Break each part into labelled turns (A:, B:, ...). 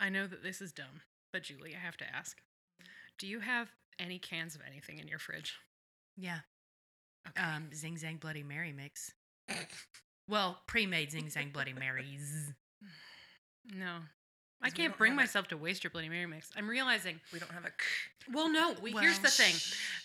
A: I know that this is dumb, but Julie, I have to ask. Do you have any cans of anything in your fridge?
B: Yeah.
A: Okay.
B: Um, Zing Zang Bloody Mary mix. well, pre-made Zing Zang Bloody Marys.
A: No. I
C: 'Cause we
A: can't
C: don't
A: bring
C: have a-
A: myself to waste your Bloody Mary mix. I'm realizing.
C: We don't have a.
A: Well, no. We, here's the
B: Well,
A: thing.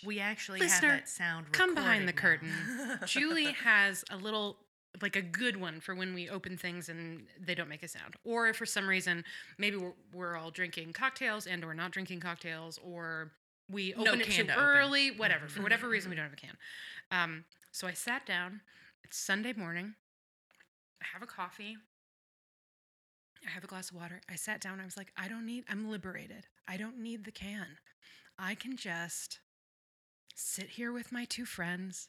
B: We actually
A: Listener,
B: have that sound.
A: come behind the
B: recorded now.
A: curtain. Julie has a little like a good one for when we open things and they don't make a sound or if for some reason maybe we're, we're all drinking cocktails and or not drinking cocktails or we
B: No
A: open it
B: can
A: too
B: to open.
A: early whatever for
C: Mhm,
A: whatever reason
C: mhm.
A: we don't have a can um, so i sat down it's sunday morning i have a coffee i have a glass of water i sat down i was like i don't need i'm liberated i don't need the can i can just sit here with my two friends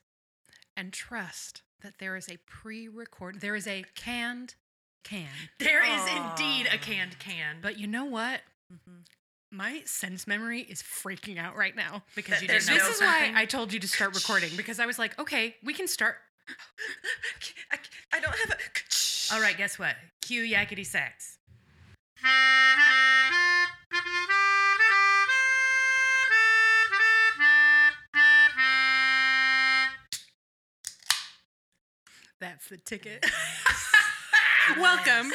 A: and trust that there is a pre-record there is a canned can
B: There is indeed a
C: Aw.
B: canned can, but
A: but you know what
B: Mhm.
A: my sense memory is freaking out right now
B: because
C: Th-
B: you
C: there's
B: didn't
A: this
B: know
A: is why i told you to start recording because i was like okay we can start
C: I, I don't have a.
B: All right, guess what? Cue yakety sax.
A: that's the ticket welcome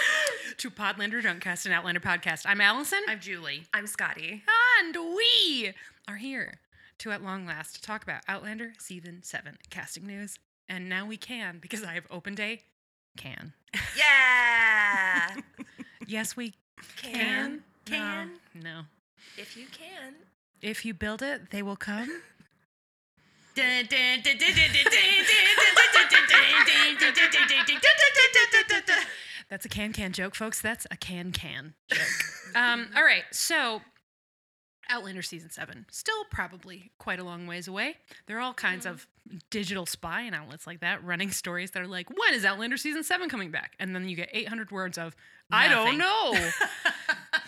A: to podlander drunkcast and outlander podcast i'm allison
B: I'm Julie.
C: I'm Scotty.
A: and we are here to at long last talk about outlander season 7 casting news and now we can because i have opened a can
C: Yeah.
A: yes we
C: can.
B: Can.
A: no, no.
C: If you can.
A: If you build it, they will come.
B: Dun, dun, dun, dun, dun, dun, dun, dun.
A: That's a can can joke, folks. That's a can can joke. um, all right, so Outlander season seven, still probably quite a long ways away. There are all kinds
C: Mm-hmm.
A: of digital spy and outlets like that running stories that are like, when is Outlander season seven coming back? And then you get 800 words of, I don't
B: Nothing.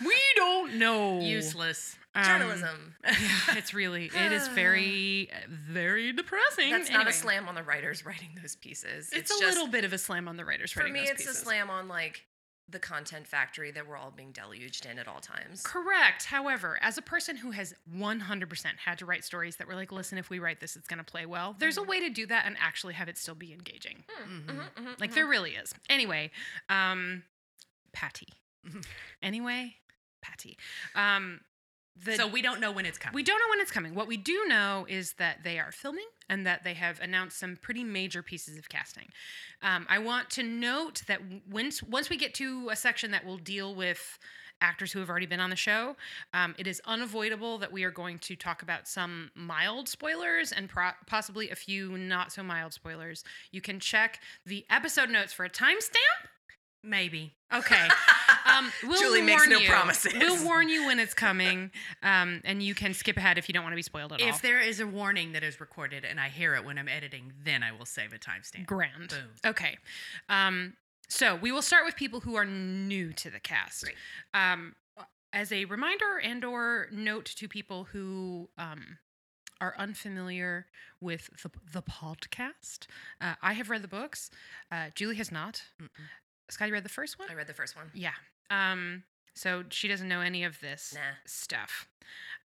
A: know. we don't know.
B: Useless.
A: Um,
C: Journalism.
A: yeah, it's really, it is very, very depressing.
C: That's not
A: Anyway.
C: a slam on the writers writing those pieces.
A: It's, a
C: just-
A: little bit of a slam on the writers.
C: For
A: writing
C: me,
A: those
C: it's
A: pieces.
C: a slam on like the content factory that we're all being deluged in at all times.
A: Correct. However, as a person who has 100% had to write stories that were like, listen, if we write this, it's going to play well, there's a way to do that and actually have it still be engaging.
C: Mhm, mhm,
A: Like,
C: mhm.
A: there really is. Anyway, um, Patty.
B: Mhm.
A: anyway, Patty. Um, the,
B: so we don't know when it's coming.
A: we don't know when it's coming. What we do know is that they are filming and that they have announced some pretty major pieces of casting. Um, I want to note that w- once once we get to a section that will deal with actors who have already been on the show, um, it is unavoidable that we are going to talk about some mild spoilers and pro- possibly a few not so mild spoilers. You can check the episode notes for a timestamp.
B: Maybe.
A: Okay. Um, we'll
C: Julie makes
A: warn
C: no
A: you.
C: promises.
A: We'll warn you when it's coming, um, and you can skip ahead if you don't want to be spoiled at all.
B: If there is a warning that is recorded and I hear it when I'm editing, then I will save a timestamp.
A: Grand.
B: Boom.
A: Okay. Um, so we will start with people who are new to the cast.
C: Great.
A: Um, as a reminder and or note to people who um, are unfamiliar with the, the podcast, uh, I have read the books. Uh, Julie has not.
B: Mm-mm.
A: Scotty read the first one?
C: I read the first one.
A: Yeah. Um, so she doesn't know any of this
C: Nah.
A: stuff.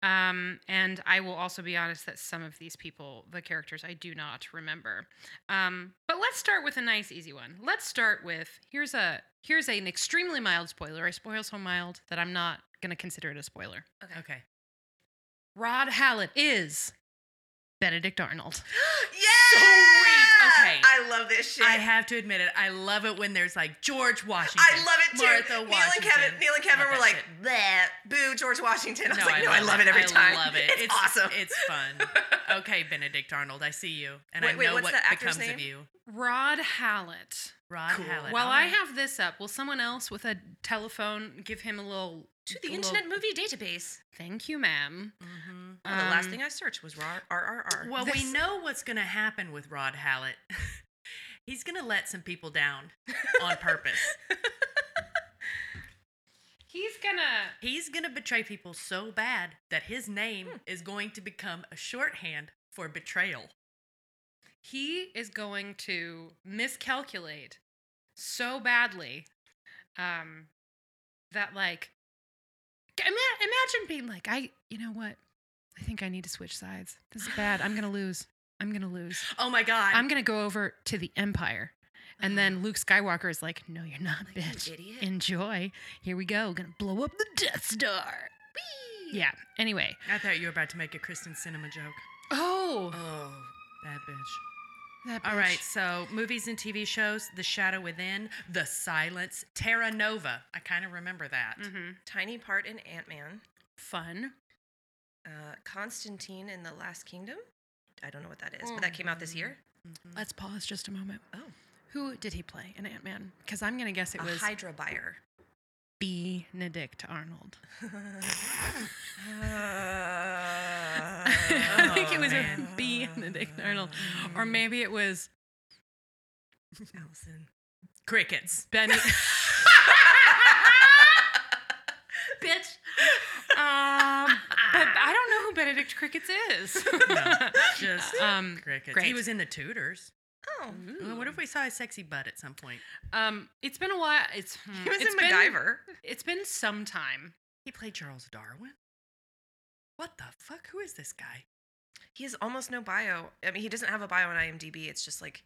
A: Um, and I will also be honest that some of these people, the characters, I do not remember. Um, but let's start with a nice, easy one. Let's start with here's a here's an extremely mild spoiler. I spoil so mild that I'm not gonna consider it a spoiler.
C: Okay.
B: Okay.
A: Rod Hallett is Benedict Arnold.
C: Yeah.
B: okay.
C: I love this shit.
B: I have to admit it. I love it when there's like George Washington.
C: I love it too.
B: Martha
C: Neil and
B: Washington.
C: Kevin, Neil and Kevin
B: Love
C: were
B: that
C: like,
B: shit.
C: "Bleh, boo, George Washington." I was like, "No, I
B: it.
C: love it every
B: I
C: time.
B: love it.
C: It's, awesome."
B: It's fun. Okay, Benedict Arnold, I see you, and I
C: Wait, wait,
B: know
C: what's
B: what
C: that actor's
B: becomes of
C: name?
B: you.
A: Rod Hallett.
B: Rod
C: Cool.
B: Hallett. Oh.
A: While
B: All
A: I
B: right.
A: have this up, will someone else with a telephone give him a little
C: to the
A: a little-
C: Internet Movie Database.
A: Thank you, madam
B: Mhm.
C: Oh, the last
A: Um,
C: thing I searched was R R R.
B: Well, we
A: This-
B: know what's going to happen with Rod Hallett. He's going to let some people down on purpose.
A: He's gonna.
B: He's going to betray people so bad that his name
C: Hmm.
B: is going to become a shorthand for betrayal.
A: He is going to miscalculate so badly um, that like Ima- imagine being like, I, you know what? I think I need to switch sides. This is bad. I'm gonna lose. I'm gonna lose.
B: Oh my god.
A: I'm gonna go over to the Empire. And then Luke Skywalker is Oh. like, No, you're not,
C: You
A: bitch.
C: idiot.
A: Enjoy. Here we go. Gonna blow up the Death Star. Yeah. Anyway.
B: I thought you were about to make a Kristen Cinema joke.
A: Oh.
C: Oh.
B: That bitch.
A: That
B: All right,
A: bitch.
B: so movies and TV shows: The Shadow Within, The Silence, Terra Nova. I kind of remember that.
A: Mhm.
C: Tiny part in Ant Man.
A: Fun.
C: Uh, Constantine in the Last Kingdom. I don't know what that is, but that came out this year.
A: Let's pause just a moment.
C: Oh.
A: Who did he play in Ant Man? Because I'm gonna guess it
C: a
A: was
C: Hydra buyer.
A: Benedict Arnold. I
C: Oh, I
A: think it was a
B: man.
A: Benedict Arnold, or maybe it was
C: Allison.
B: Crickets.
A: Benny. Bitch. Um, but I don't know who Benedict Crickets is.
B: No, Just
A: um,
B: crickets.
A: great.
B: He was in The Tudors.
C: Oh.
B: Well, what if we saw a sexy butt at some point?
A: Um, it's been a while. It's hmm,
C: He was
A: it's
C: in
A: been-
C: MacGyver.
A: It's been some time.
B: He played Charles Darwin. What the fuck? Who is this guy?
C: He has almost no bio. I mean, he doesn't have a bio on IMDb. It's just like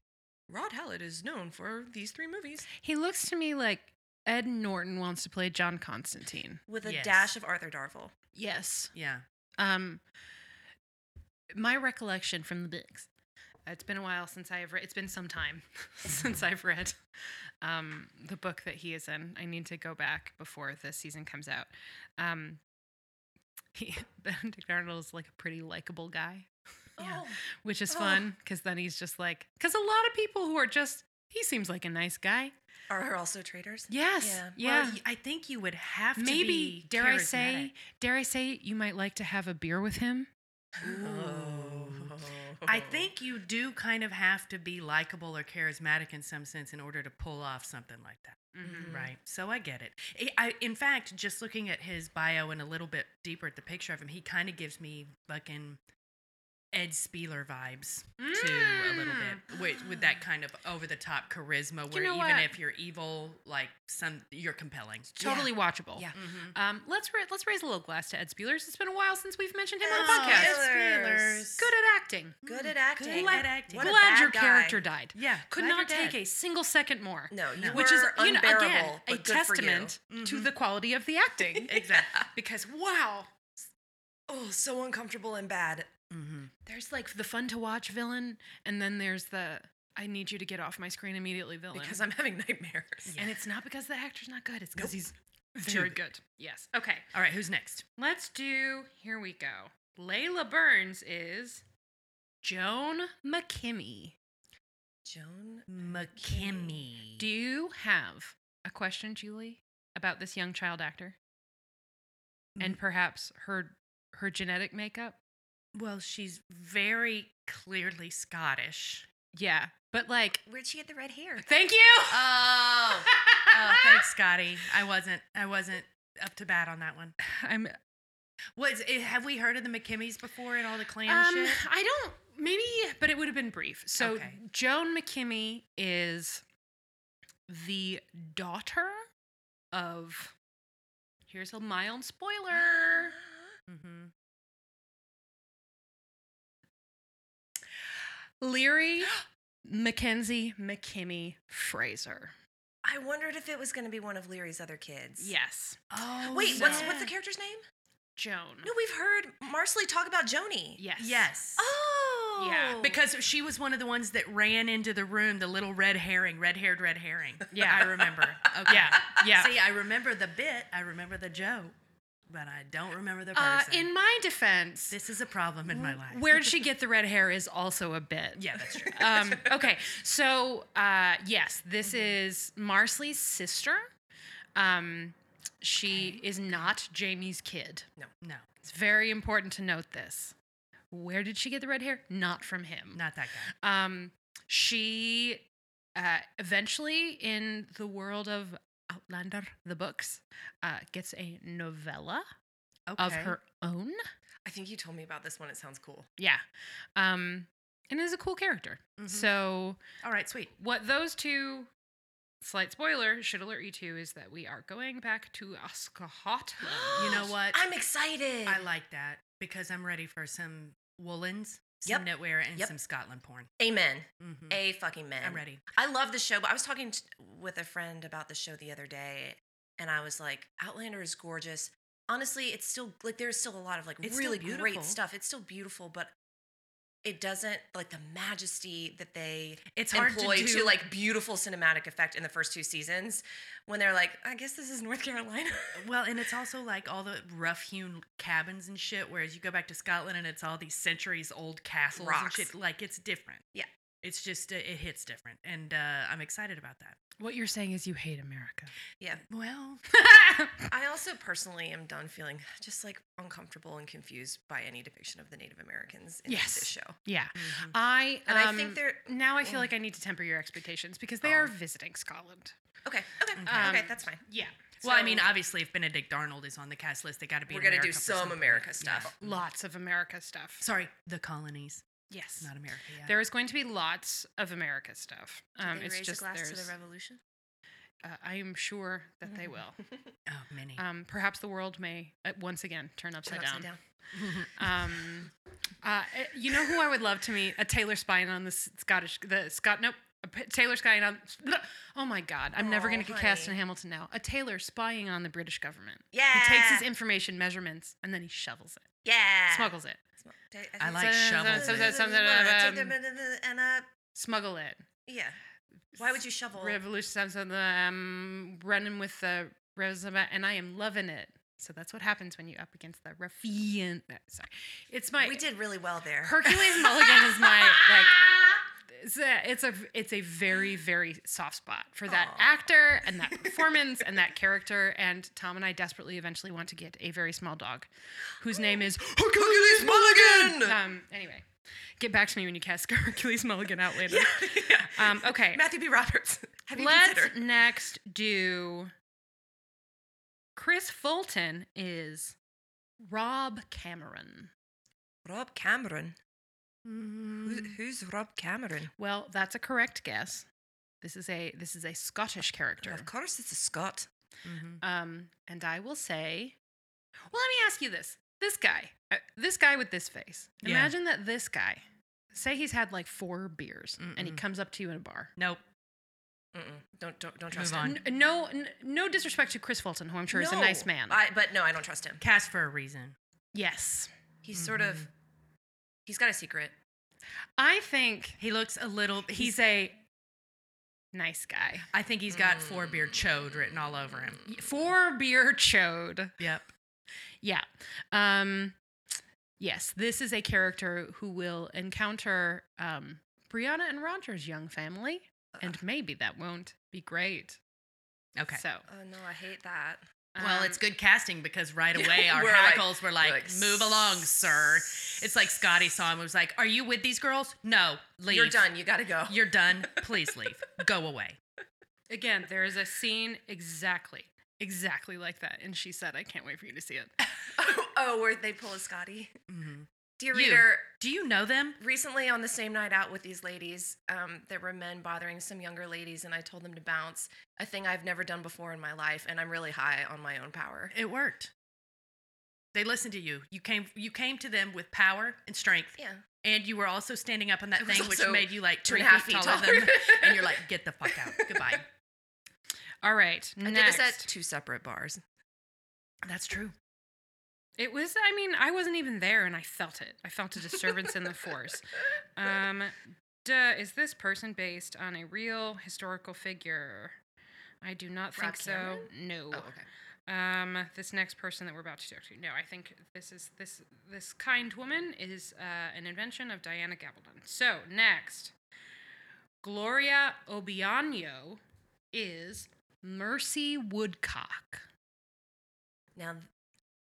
C: Rod Hallett is known for these three movies
A: He looks to me like Ed Norton wants to play John Constantine.
C: with a
B: Yes.
C: dash of Arthur Darvill.
A: Yes.
B: Yeah.
A: Um, my recollection from the books. It's been a while since I have read. It's been some time since I've read um, the book that he is in. I need to go back before the season comes out. Um, he, Benedict Arnold is like a pretty likable guy,
B: Yeah.
A: which is
C: Oh.
A: fun because then he's just like because a lot of people who are just he seems like a nice guy.
C: Are her also traitors?
A: Yes, yeah.
C: Yeah.
B: Well, y- I think you would have to
A: Maybe
B: be
A: dare I
B: charismatic.
A: say dare I say you might like to have a beer with him. Oh.
B: Ooh. I think you do kind of have to be likable or charismatic in some sense in order to pull off something like that.
A: Mm.
C: Mhm.
B: Right. So I get it. I- I, in fact, just looking at his bio and a little bit deeper at the picture of him, he kind of gives me fucking Ed Spieler vibes
A: Mm.
B: too, a little bit, with, with that kind of over the top charisma, where
A: know
B: even
A: what?
B: if you're evil, like some, you're compelling.
A: Totally watchable.
C: Yeah.
B: Mhm.
A: Um, let's ra- let's raise a little glass to Ed Spielers. It's been a while since we've mentioned him on
C: Oh,
A: the podcast.
C: Ed Spielers.
A: Mm, Good at acting.
C: Good at acting.
B: Good
A: Glad-
B: at acting.
C: What a
A: Glad
C: bad
A: your
C: guy.
A: character died.
B: Yeah.
A: Could not take a single second more.
C: No, you
B: No.
A: Which is
C: were
A: you know,
C: unbearable.
A: again
C: but
A: a
C: good for you. Mm-hmm.
A: testament to
B: Mm-hmm.
A: the quality of the acting.
B: Exactly.
A: because wow,
C: Oh, so uncomfortable and bad.
B: Mm-hmm.
A: there's like the fun to watch villain, and then there's the I need you to get off my screen immediately villain.
C: Because I'm having nightmares.
A: and it's not because the actor's not good. It's because
B: Nope.
A: he's very
B: Too-
A: good. Yes. Okay.
B: All right, who's next?
A: Let's do. Here we go. Layla Burns is Joan McKimmy.
C: Joan
B: McKimmy.
A: Do you have a question, Julie, about this young child actor and
B: Mm-hmm.
A: perhaps her her genetic makeup?
B: well, she's very clearly Scottish.
A: Yeah, but like,
C: Where'd she get the red hair?
A: thank you.
B: Oh, oh, thanks, Scotty. I wasn't. I wasn't up to bat on that one.
A: I'm.
B: What is, eh, have we heard of the McKimmies before and all the clan
A: Um,
B: shit?
A: I don't. Maybe, but it would have been brief. So
B: Okay.
A: Joan McKimmy is the daughter of. Here's a mild spoiler.
B: Mm-hmm.
A: Leary Mackenzie McKimmy Fraser.
C: I wondered if it was going to be one of Leary's other kids.
A: Yes.
B: Oh,
C: Wait, what's what's the
B: yeah.
C: character's name?
A: Joan.
C: No, we've heard Marsley talk about Joni.
A: Yes.
B: Yes.
C: Oh.
A: Yeah,
B: Because she was one of the ones that ran into the room, the little red herring, red haired red herring.
A: Yeah.
B: I remember. Okay.
A: Yeah. Yeah.
B: See, I remember the bit, I remember the joke, but I don't remember the
A: Uh,
B: person.
A: in my defense,
B: this is a problem in my life.
A: where'd she get the red hair is also a bit.
B: Yeah, that's true.
A: Um, okay. So, uh, yes, this is Marsley's sister. Um, she is not Jamie's kid.
B: No,
A: It's very important to note this. Where did she get the red hair? Not from him.
B: not that guy.
A: Um, she uh, eventually, in the world of Outlander, the books, uh, gets a novella
B: Okay.
A: of her own.
C: I think you told me about this one. It sounds cool.
A: Yeah. Um, and is a cool character.
B: Mhm.
A: So,
B: All right, sweet.
A: what those two slight spoiler should alert you to is that we are going back to Ascot.
B: You know what?
C: I'm excited.
B: I like that because I'm ready for some woolens, some knitwear, and
C: Yep.
B: some Scotland porn.
C: Amen.
B: Mm-hmm.
C: A fucking man.
B: I'm ready.
C: I love the show, but I was talking t with a friend about the show the other day, and I was like, Outlander is gorgeous. Honestly, it's still like there's still a lot of like
B: It's still
C: really
B: beautiful.
C: great stuff. It's still beautiful, but it doesn't like the majesty that they
B: It's hard
C: employ
B: to
C: to,
B: do.
C: like beautiful cinematic effect in the first two seasons when they're like, I guess this is North Carolina.
B: well, and it's also like all the rough-hewn cabins and shit. Whereas you go back to Scotland and it's all these centuries-old castles
C: Rocks.
B: and shit. Like it's different.
C: Yeah.
B: It's just uh, it hits different, and uh, I'm excited about that.
A: What you're saying is you hate America.
C: yeah.
B: Well,
C: I also personally am done feeling just like uncomfortable and confused by any depiction of the Native Americans in
A: Yes.
C: this show.
A: yeah.
B: Mm-hmm.
A: I
C: And I think
A: um,
C: they're
A: now I feel
C: Mm.
A: like I need to temper your expectations because they
C: Oh.
A: are visiting Scotland.
C: okay. Okay.
B: Okay.
C: okay,
A: Um,
C: that's fine.
A: Yeah.
B: well, I mean,
C: So-
B: obviously, if Benedict Arnold is on the cast list, they got to be.
C: We're
B: going
C: gonna
B: to
C: do some America stuff.
A: Lots of America stuff.
B: Sorry, the colonies,
A: yes.
B: not America. Yeah.
A: There is going to be lots of America stuff. Um, it's just there's,
C: revolution.
A: uh, I am sure that they will.
B: oh, many.
C: Uh,
A: Um, perhaps the world may uh, once again turn upside, down. Um, uh, eh, you know who I would love to meet? A Taylor Spine on the S- Scottish, the Scott. Nope. a P- Taylor spying on. Oh my God! I'm never
C: Oh,
A: going to get cast in
C: honey. Ah.
A: Hamilton now. A Taylor spying on the British government.
C: Yeah.
A: He takes his information measurements and then he shovels it,
C: yeah.
A: smuggles it,
C: Smug-
B: I like shovels
A: so- so-
B: it.
A: so- something of, um,
C: and uh,
A: smuggle it.
C: yeah. Why would you shovel?
A: Revolution sounds on the um, running with the resume, and I am loving it. So that's what happens when you're up against the ruffian. no, Sorry, it's my
C: We did really well there.
A: Hercules Mulligan is my like. It's a, it's a it's a very very soft spot for that
C: Aw.
A: actor and that performance and that character. And Tom and I desperately eventually want to get a very small dog, whose name is
C: Hercules Mulligan.
A: um. Anyway, get back to me when you cast Hercules Mulligan out later.
C: Yeah, yeah.
A: Um. Okay.
C: Matthew B. Roberts. Have you
A: Let's
C: considered?
A: next do Chris Fulton is Rob Cameron.
C: Rob Cameron. Mm-hmm.
B: Mm.
C: who's Rob Cameron?
A: Well, that's a correct guess. This is a this is a Scottish character.
C: Of course, it's a Scot.
B: Mhm.
A: Um, and I will say, well, let me ask you this: this guy, uh, this guy with this face.
B: Yeah.
A: Imagine that this guy, say he's had like four beers, and he
B: Mm-mm.
A: comes up to you in a bar.
B: Nope.
C: Mm-mm. Don't don't don't
B: Move
C: trust him.
B: on.
A: N- no, n- no disrespect to Chris Fulton, who I'm sure is a nice
C: No,
A: man.
C: I, but no, I don't trust him.
B: Cast for a reason.
A: yes,
C: He's sort of. He's got a secret.
A: I think
B: He looks a little.
A: he's
B: He's.
A: a nice guy.
B: I think he's got four beer
C: Mm.
B: chode written all over him.
A: Four beer chode.
B: Yep.
A: Yeah. Um yes, this is a character who will encounter um Brianna and Roger's young family and maybe that won't be great.
B: Okay.
A: So,
C: Oh no, I hate that.
B: well,
A: um,
B: it's good casting because right
C: Yeah,
B: away our
C: we're like-
B: hackles were like, "Move along, sir." It's like Scotty saw him and was like, "Are you with these girls? No, leave.
C: You're done. You gotta go.
B: You're done. Please leave. Go away."
A: Again, there is a scene exactly exactly like that and she said I can't wait for you to see it.
C: oh, oh, where they pull a Scotty. Mm-hmm.
B: Mhm.
C: Dear
B: You.
C: reader,
B: Do you know them?
C: recently on the same night out with these ladies, um, there were men bothering some younger ladies, and I told them to bounce, a thing I've never done before in my life, and I'm really high on my own power.
B: It worked. They listened to you. You came. You came to them with power and strength,
C: Yeah.
B: and you were also standing up on that
C: I was
B: thing, which
C: also
B: made you like
C: Two
B: three
C: and a half
B: feet
C: feet
B: taller
C: taller.
B: than. and you're like, "Get the fuck out. Goodbye."
A: All right.
C: I
A: Next.
C: did this at two separate bars.
B: That's true.
A: It was I mean, I wasn't even there and I felt it. I felt a disturbance in the force. Um duh, is this person based on a real historical figure? I do not think
C: Rob
A: so.
C: Cameron?
A: No.
C: Oh, okay.
A: Um, this next person that we're about to talk to. No, I think this is this this kind woman is uh, an invention of Diana Gabaldon. So next, Gloria Obiano is Mercy Woodcock.
C: Now,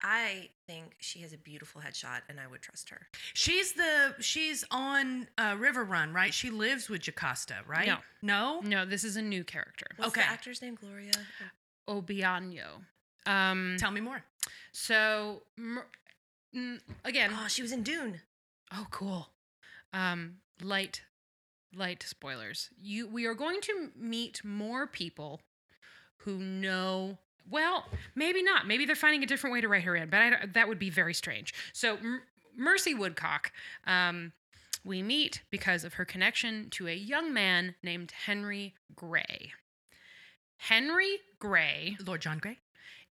C: I think she has a beautiful headshot, and I would trust her.
B: She's the she's on uh, River Run, right? She lives with Jocasta, right?
A: No.
B: No.
C: Oh.
A: No, this is a new character.
C: What's
B: Okay.
C: the actor's name? Gloria.
A: Obiano. Um,
B: Tell me more.
A: so mer- mm, again,
C: Oh, she was in Dune.
A: oh cool. Um, light, light spoilers. You we are going to meet more people who know well, maybe not. Maybe they're finding a different way to write her in, but I, don't- that would be very strange. So, M- Mercy Woodcock, um, we meet because of her connection to a young man named Henry Gray. Henry Gray
B: Lord John Gray.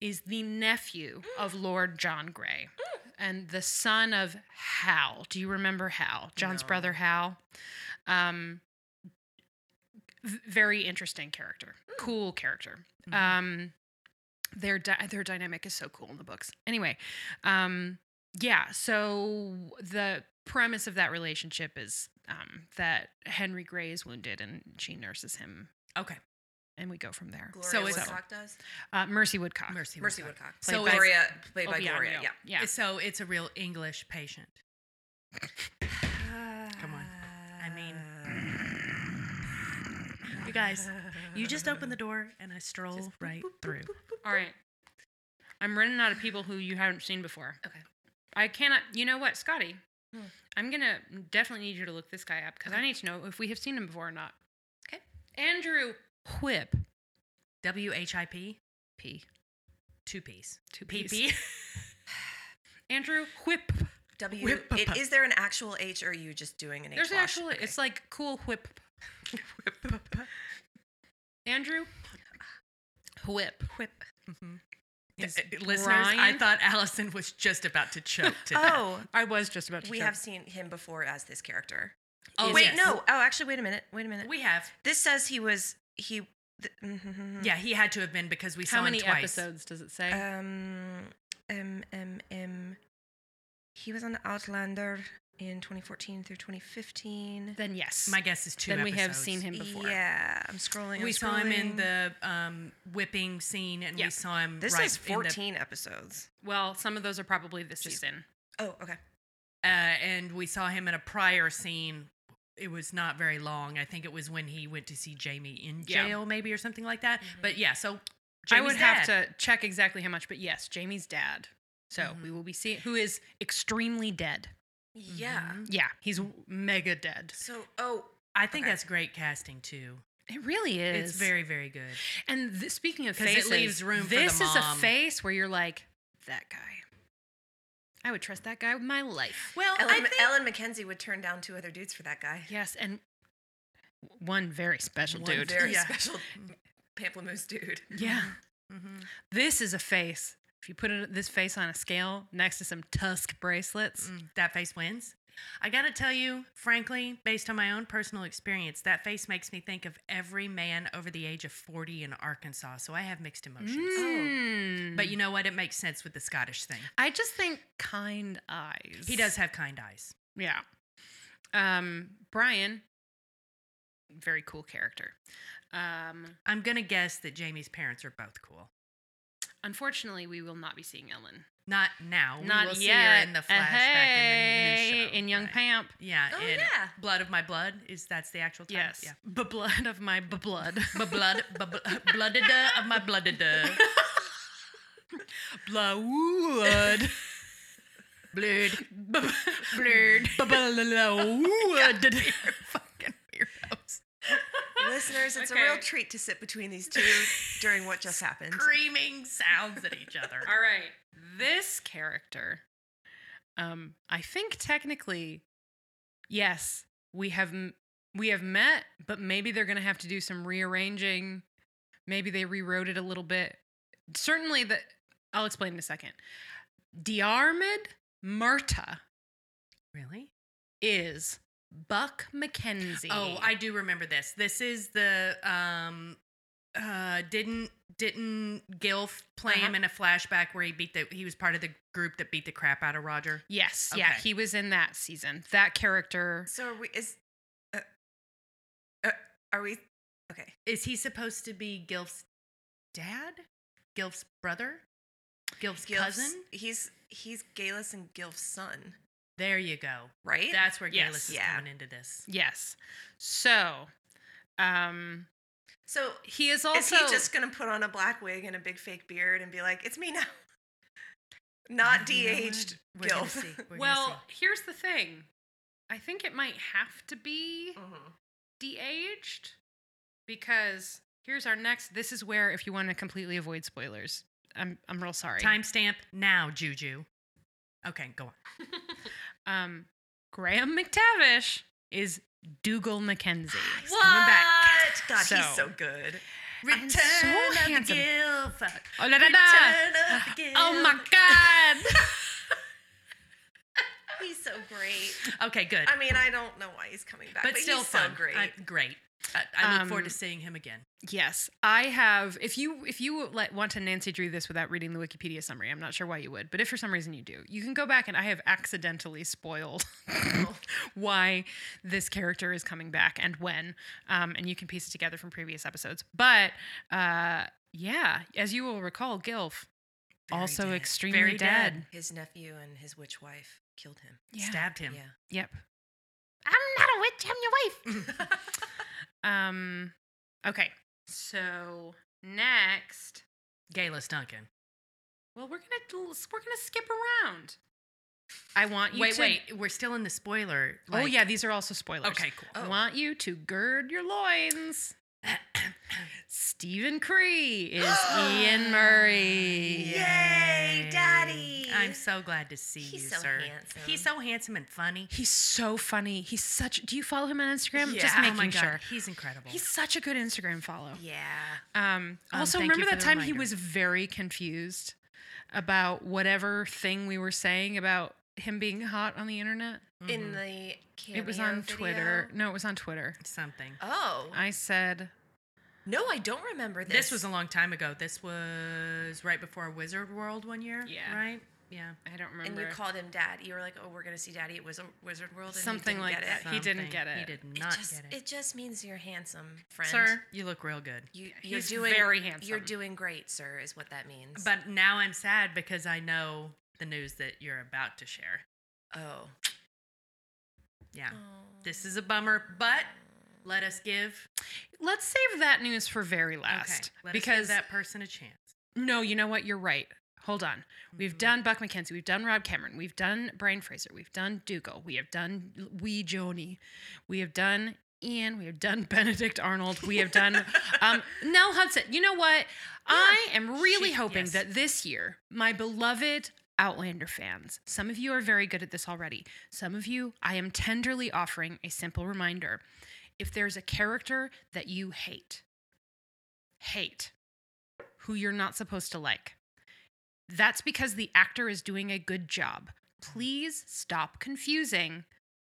A: is the nephew
C: Mm.
A: of Lord John Grey and the son of Hal. Do you remember Hal? John's
B: No.
A: brother Hal. Um v- very interesting character.
C: Mm.
A: Cool character.
C: Mm-hmm.
B: Mhm.
A: Um their di- their dynamic is so cool in the books. Anyway, um yeah, so the premise of that relationship is um that Henry Grey is wounded and she nurses him
B: Okay.
A: and we go from there.
C: Gloria
B: So it's-
C: Woodcock does.
A: Uh, Mercy Woodcock.
B: Mercy.
C: Mercy
B: Woodcock.
C: Woodcock.
B: Played
C: So
B: by-
C: Gloria, played by
A: Oh, yeah,
C: Gloria.
A: no.
C: Yeah.
A: Yeah.
B: So it's a real English patient. Come on. I mean, you guys, you just open the door and I stroll
C: Just boop,
B: right
C: boop, boop,
B: through.
C: boop, boop,
A: All right. I'm running out of people who you haven't seen before.
C: Okay.
A: I cannot. You know what, Scotty?
C: Hmm.
A: I'm going to definitely need you to look this guy up because I
C: Okay.
A: need to know if we have seen him before or not.
C: Okay.
A: Andrew Whip.
B: W H I P,
A: P.
B: two P's.
A: Two
B: P
A: P's.
B: P.
A: Andrew Whip.
C: W.
B: Whip,
C: it-
B: pup.
C: is there an actual H or are you just doing an H?
A: There's an
C: wash?
A: actual,
C: Okay.
A: it's like cool whip. Andrew Whip.
B: Whip.
A: Is
B: Listeners, I
A: Brian-
B: thought Allison was just about to choke to death.
C: Oh,
A: I was just about to
C: we
A: show-
C: have seen him before as this character.
B: Oh,
C: wait,
B: yes.
C: no. Oh, actually, wait a minute. Wait a minute.
B: We have.
C: This says he was he. Th- mhm.
B: Yeah, he had to have been because we saw
A: How many
B: him twice.
A: episodes does it say?
C: Um. M M M. He was on Outlander in 2014 through 2015.
A: then yes.
B: My guess is two
A: then
B: episodes.
A: we have seen him before.
C: Yeah, I'm scrolling. I'm
B: We saw him in
C: scrolling.
B: the um, whipping scene, and
A: Yeah.
B: we saw him.
C: This
B: right
C: is
B: in the-
C: 14 episodes.
A: Well, some of those are probably this
C: Just-
A: season.
C: Oh, okay.
B: uh, and we saw him in a prior scene. It was not very long. I think it was when he went to see Jamie in
A: Yeah. Mm-hmm.
B: jail, maybe or something like that.
C: Mhm.
B: But yeah, so
A: I would
B: Jamie's
A: have
B: dad.
A: to check exactly how much, but yes, Jamie's dad. So we will be seeing who is extremely dead.
C: Yeah.
B: Mhm.
A: Yeah, he's mega dead.
C: So, oh,
B: I think
C: Okay.
B: that's great casting too.
A: It really is.
B: It's very very good.
A: And th- speaking of
B: 'Cause it
A: faces,
B: leaves room for the
A: this is a
B: mom.
A: face where you're like that guy. I would trust that guy with my life.
B: Well,
C: Ellen, Ellen McKenzie would turn down two other dudes for that guy.
A: Yes, and w- one very special
B: One
A: dude.
C: Very
B: Yeah.
C: special pamplemousse dude.
A: yeah,
B: hmm
A: this is a face. If you put it, this face on a scale next to some tusk bracelets,
B: Mm-hmm. that face wins. I gotta tell you, frankly, based on my own personal experience, that face makes me think of every man over the age of forty in Arkansas. So I have mixed
A: Oh,
B: emotions.
A: Mm.
B: But you know what? It makes sense with the Scottish thing.
A: I just think kind eyes.
B: He does have kind eyes.
A: Yeah. Um, Brian, very cool character. Um,
B: I'm gonna guess that Jamie's parents are both cool.
A: unfortunately, we will not be seeing Ellen.
B: Not now.
A: not
B: we will
A: yet.
B: see her in the
A: Uh,
B: flashback in the
A: hey,
B: new show.
A: in Young
B: right?
A: Pamp.
B: Yeah.
C: Oh,
B: in
C: yeah.
B: Blood of My Blood is that's the actual title.
A: Yes.
B: Yeah.
A: The blood of my b- blood.
B: But blood, but blooded of my blooded.
A: Blood.
B: Blood.
A: Blurred.
B: Blood. Fucking weirdos.
C: Listeners, it's a
A: Okay.
C: real treat to sit between these two during what just happened.
B: Screaming sounds at each other.
A: All right. This character, um, I think technically, yes, we have m- we have met, but maybe they're going to have to do some rearranging. Maybe they rewrote it a little bit. Certainly, the I'll explain in a second. Diarmid Murta
B: Really?
A: is Buck McKenzie.
B: Oh, I do remember this. This is the um uh didn't didn't Gilf play him
A: Uh-huh.
B: in a flashback where he beat the he was part of the group that beat the crap out of Roger?
A: yes, yeah,
B: Okay.
A: he was in that season. That character.
C: So are we? Is uh, uh, are we? Okay.
B: Is he supposed to be Gilf's dad? Gilf's brother? Gilf's,
C: Gilf's-
B: cousin?
C: He's he's Galus and Gilf's son,
B: There you go.
C: right?
B: That's where
A: Yes.
B: Galus is
C: Yeah.
B: coming into this.
A: Yes. So, um,
C: so
A: he is also
C: is he just gonna put on a black wig and a big fake beard and be like, "It's me now"? Not
B: You know what?
C: de-aged
B: We're gonna
C: Gilf.
B: see. We're gonna
A: Well,
B: see.
A: here's the thing. I think it might have to be
C: Mhm.
A: de-aged because here's our next. This is where if you want to completely avoid spoilers, I'm I'm real sorry.
B: Timestamp now, Juju. Okay, go on.
A: Um, Graham McTavish is Dougal McKenzie.
C: What?
B: coming back.
C: God, he's
A: So-
C: so good.
A: And so handsome.
B: Gilf.
A: Oh, la, da, da.
B: Return of the
A: oh my
B: Gilf.
A: God!
C: He's so great.
B: Okay, good.
C: I mean, I don't know why he's coming back,
B: but,
C: but,
B: still
C: he's
B: fun.
C: so great.
B: I, great. I, I look forward to
A: Um,
B: seeing him again.
A: Yes, I have. If you if you let, want to Nancy Drew this without reading the Wikipedia summary, I'm not sure why you would, but if for some reason you do, you can go back and I have accidentally spoiled why this character is coming back and when, um, and you can piece it together from previous episodes. But uh, yeah, as you will recall, Gilf
B: Very
A: also
B: dead.
A: extremely
B: Very
A: dead.
B: dead.
C: his nephew and his witch wife killed him.
A: Yeah.
B: Stabbed him.
C: Yeah.
A: Yep. I'm not a witch. I'm your wife. um. Okay. So next.
B: Galus Duncan.
A: Well, we're gonna we're gonna skip around. I want you
B: wait,
A: to
B: wait. We're still in the spoiler.
A: oh
B: like-
A: yeah, these are also spoilers.
B: Okay, cool.
A: I
C: Oh.
A: want you to gird your loins. Stephen Cree is Ian Murray.
C: Yay, Daddy!
B: I'm so glad to see
C: He's
B: you,
C: so
B: sir.
C: handsome.
B: He's so handsome and funny.
A: He's so funny. He's such. Do you follow him on Instagram? Just
C: Yeah. Oh
A: making
B: oh my God,
A: sure.
B: he's incredible.
A: He's such a good Instagram follow.
C: Yeah.
A: Um,
B: Um,
A: also,
B: thank you
A: remember
B: for
A: that
B: the
A: time he
B: reminder.
A: was very confused about whatever thing we were saying about him being hot on the internet?
B: Mhm.
C: In the
A: Mm-hmm. it was
C: cameo
A: on Twitter.
C: video.
A: No, it was on Twitter.
B: something.
C: Oh
A: I said,
C: no, I don't remember this.
B: This was a long time ago. This was right before Wizard World one year.
A: Yeah.
B: Right? Yeah.
A: I don't
C: and
A: remember.
C: you called him Dad. You were like, "Oh, we're gonna see Daddy at Wizard Wizard World." And he
A: Something
C: didn't
A: like
C: get
A: that.
C: It.
A: He didn't
B: Something.
A: get it.
B: He did
C: It
B: not
C: just,
B: get it.
C: it just means you're handsome, friend.
A: Sir.
B: You look real good.
C: you,
A: Yeah,
C: you're
A: he's
C: doing
A: very handsome.
C: You're doing great, sir. Is what that means.
B: But now I'm sad because I know the news that you're about to share.
C: oh,
B: Yeah. This is a bummer, but let us give
A: Let's save that news for very
B: okay,
A: last
B: let us give
A: because
B: that person a chance.
A: no, you know what? You're right. Hold on. We've
B: Mhm.
A: done Buck McKenzie. We've done Rob Cameron. We've done Brian Fraser. We've done Dougal. We have done Wee Joni. We have done Ian. We have done Benedict Arnold. We have done um, Nell Hudson. You know what? I am really
B: She-
A: hoping
B: yes.
A: that this year, my beloved Outlander fans, some of you are very good at this already. Some of you, I am tenderly offering a simple reminder. If there's a character that you hate, hate, who you're not supposed to like, that's because the actor is doing a good job. Please stop confusing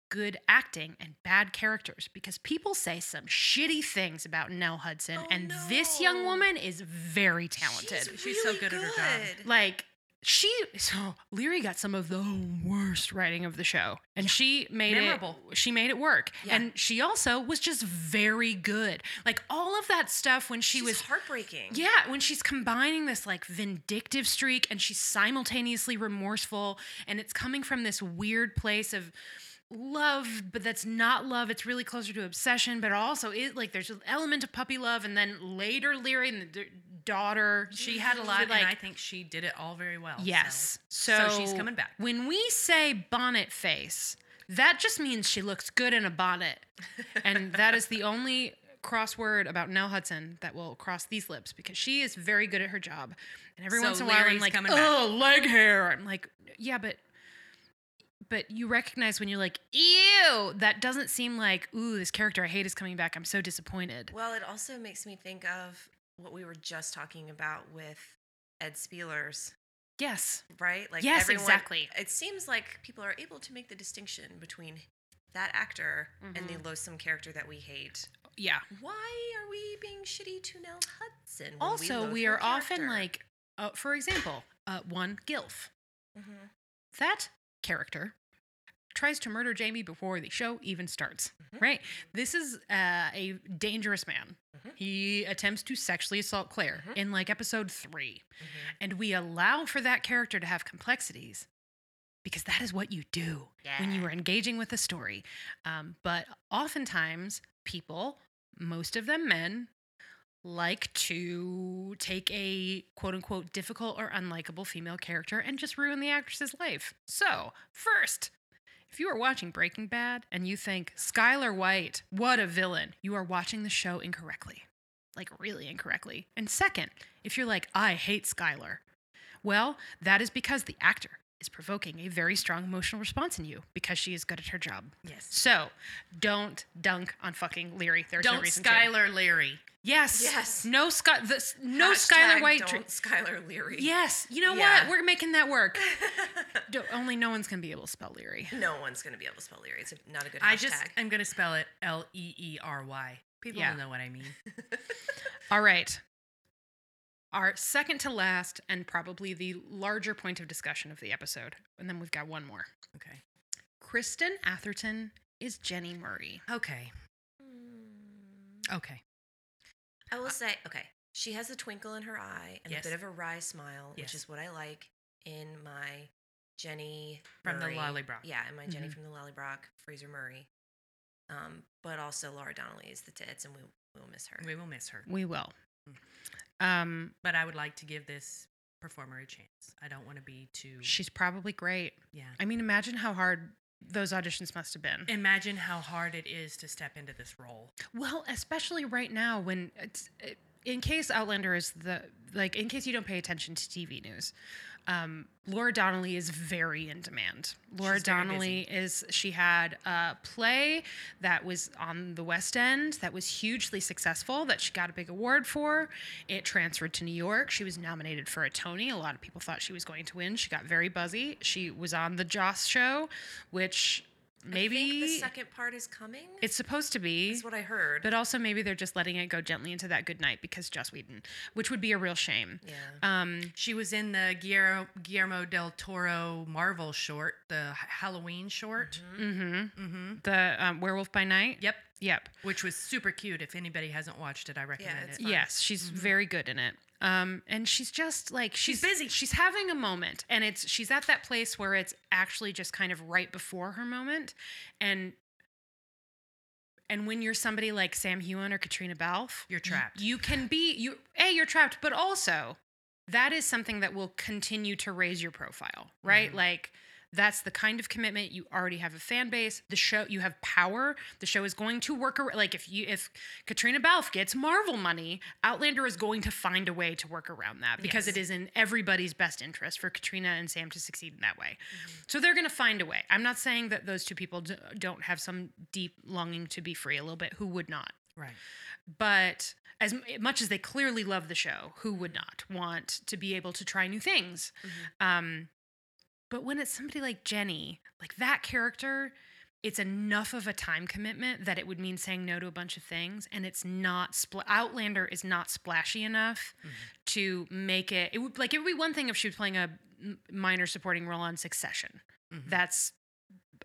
A: good acting and bad characters because people say some shitty things about Nell Hudson,
C: Oh,
A: and this young
C: no.
A: woman is very talented.
C: She's,
B: She's so
C: really
B: good at her job.
C: good.
A: like, she so Leary got some of the worst writing of the show, and she made
B: Memorable.
A: it. She made it work,
C: Yeah.
A: and she also was just very good. Like all of that stuff when she
C: She's
A: was
C: heartbreaking.
A: yeah, when she's combining this like vindictive streak and she's simultaneously remorseful, and it's coming from this weird place of love, but that's not love. It's really closer to obsession, but also it like there's an element of puppy love, and then later Leary and the d- daughter.
B: She had a lot,
A: like-
B: and I think she did it all very well. so-
A: Yes, so,
B: So, she's coming back.
A: When we say bonnet face, that just means she looks good in a bonnet, and that is the only crossword about Nell Hudson that will cross these lips because she is very good at her job. And every
B: So
A: once in a while, I'm
B: Larry's
A: like,
B: coming back.
A: oh, leg hair. I'm like, yeah, but. But you recognize when you're like, ew, that doesn't seem like, ooh, this character I hate is coming back. I'm so disappointed.
C: Well, it also makes me think of what we were just talking about with Ed Spielers,
A: Yes.
C: right? Like
A: yes, exactly.
C: It seems like people are able to make the distinction between that actor and
A: Mm-hmm.
C: the loathsome character that we hate.
A: Yeah.
C: Why are we being shitty to Nell Hudson? when
A: Also,
C: loathe
A: we
C: her
A: are often
C: character?
A: like, uh, for example, uh, one Gilf.
C: Mhm,
A: that character tries to murder Jamie before the show even starts, right? This is uh, a dangerous man.
C: Mhm.
A: He attempts to sexually assault Claire
C: Mhm.
A: in like episode three.
C: mhm.
A: And we allow for that character to have complexities because that is what you do when you
C: Yeah.
A: are engaging with a story. Um, but oftentimes, people, most of them men, like to take a quote unquote difficult or unlikable female character and just ruin the actress's life. So, first, If you are watching Breaking Bad and you think Skylar White, what a villain, you are watching the show incorrectly. Like, really incorrectly. And second, if you're like, I hate Skylar, well, that is because the actor is provoking a very strong emotional response in you because she is good at her job.
B: Yes.
A: So don't dunk on fucking Leary. There's no
B: Don't
A: reason to.
B: Skylar Leary.
A: Yes.
C: Yes.
A: No Sky. The, s- no
C: Hashtag
A: Skylar White. dr-
C: Don't Skylar Leary.
A: yes. You know
B: Yeah.
A: what? We're making that work. Do- only no one's gonna be able to spell Leary.
C: No one's gonna be able to spell Leary. It's a- not a good hashtag.
B: I just am gonna spell it L E E R Y. People
A: Yeah.
B: will know what I mean.
A: All right. Our second to last and probably the larger point of discussion of the episode, and then we've got one more.
B: Okay.
A: Kristen Atherton is Jenny Murray.
B: Okay. Okay.
C: I will say, okay, she has a twinkle in her eye and
B: Yes.
C: a bit of a wry smile,
B: Yes.
C: which is what I like in my Jenny
B: From the
C: Murray-
B: Lollybrock.
C: Yeah, in my Jenny
A: Mhm.
C: from the Lollybrock, Fraser Murray. Um, but also Laura Donnelly is the tits, and we we will miss her.
B: We will miss her.
A: We will. Um,
B: But I would like to give this performer a chance. I don't want to be too
A: she's probably great.
B: yeah.
A: I mean, imagine how hard those auditions must have been.
B: Imagine how hard it is to step into this role.
A: Well, especially right now when it's, in case Outlander is the like in case you don't pay attention to TV news, um, Laura Donnelly is very in demand. Laura
B: She's very
A: Donnelly is she had a play that was on the West End that was hugely successful that she got a big award for. It transferred to New York. She was nominated for a Tony. A lot of people thought she was going to win. She got very buzzy. She was on the Joss show, which maybe
C: I think the second part is coming.
A: it's supposed to be.
C: Is what I heard.
A: But also maybe they're just letting it go gently into that good night because Joss Whedon, which would be a real shame.
C: yeah.
A: Um,
B: She was in the Guillermo, Guillermo del Toro Marvel short, the H- Halloween short.
A: mhm.
B: Mm-hmm.
A: The um, Werewolf by Night.
B: Yep.
A: Yep.
B: Which was super cute. If anybody hasn't watched it, I recommend
C: it's
B: it.
C: fun.
A: Yes, she's very good in it. Um, and she's just like she's,
B: Mm-hmm. She's busy.
A: She's having a moment, and it's she's at that place where it's actually just kind of right before her moment, and and when you're somebody like Sam Hewen or Katrina Balfe,
B: You're trapped.
A: you can be you a you're trapped but also that is something that will continue to raise your profile right like that's the kind of commitment you already have a fan base the show you have power the show is going to work ar- like if you if katrina balfe gets marvel money outlander is going to find a way to work around that because
B: Yes.
A: it is in everybody's best interest for katrina and sam to succeed in that way so they're going to find a way i'm not saying that those two people d- don't have some deep longing to be free a little bit who would not
B: right.
A: but as m- much as they clearly love the show, who would not want to be able to try new things? Um, but when it's somebody like Jenny, like that character, it's enough of a time commitment that it would mean saying no to a bunch of things, and it's not spl- Outlander is not splashy enough to make it. It would like it would be one thing if she was playing a m- minor supporting role on Succession.
B: Mhm.
A: That's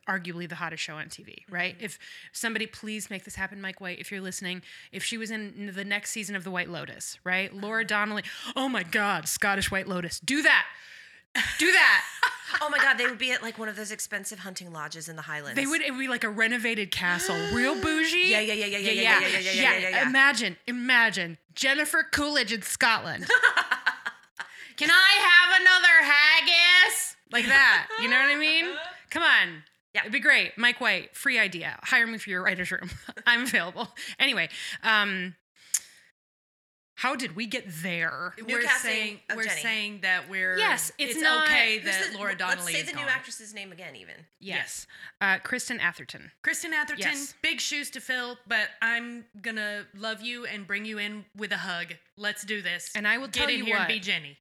A: arguably the hottest show on TV, right?
C: Mm-hmm.
A: If somebody please make this happen, Mike White, if you're listening, if she was in the next season of The White Lotus, right?
C: Uh-huh.
A: Laura Donnelly, oh my God, Scottish White Lotus, do that. Do that.
C: oh my God, they would be at like one of those expensive hunting lodges in the Highlands.
A: They would it would be like a renovated castle, real bougie.
C: Yeah, yeah, yeah, yeah, yeah, yeah, yeah, yeah, yeah, yeah, yeah, yeah.
A: Imagine, imagine Jennifer Coolidge in Scotland. Can I have another haggis? Like that. You know what I mean? Come on.
C: Yeah.
A: It'd be great. Mike White, free idea. Hire me for your writer's room. I'm available. Anyway, um, how did we get there?
C: New
B: we're
C: casting
B: saying
C: of
B: we're
C: Jenny.
B: saying that we're
A: Yes, it's not-
B: okay
C: Who's
B: that
C: the-
B: Laura Donnelly
C: Let's say
B: is
C: the new
B: gone.
C: actress's name again, even.
A: Yes. Uh, Kristen Atherton.
B: Kristen Atherton,
A: Yes.
B: big shoes to fill, but I'm gonna love you and bring you in with a hug. Let's do this.
A: And I will
B: get
A: tell
B: in
A: you
B: here
A: what.
B: and be Jenny.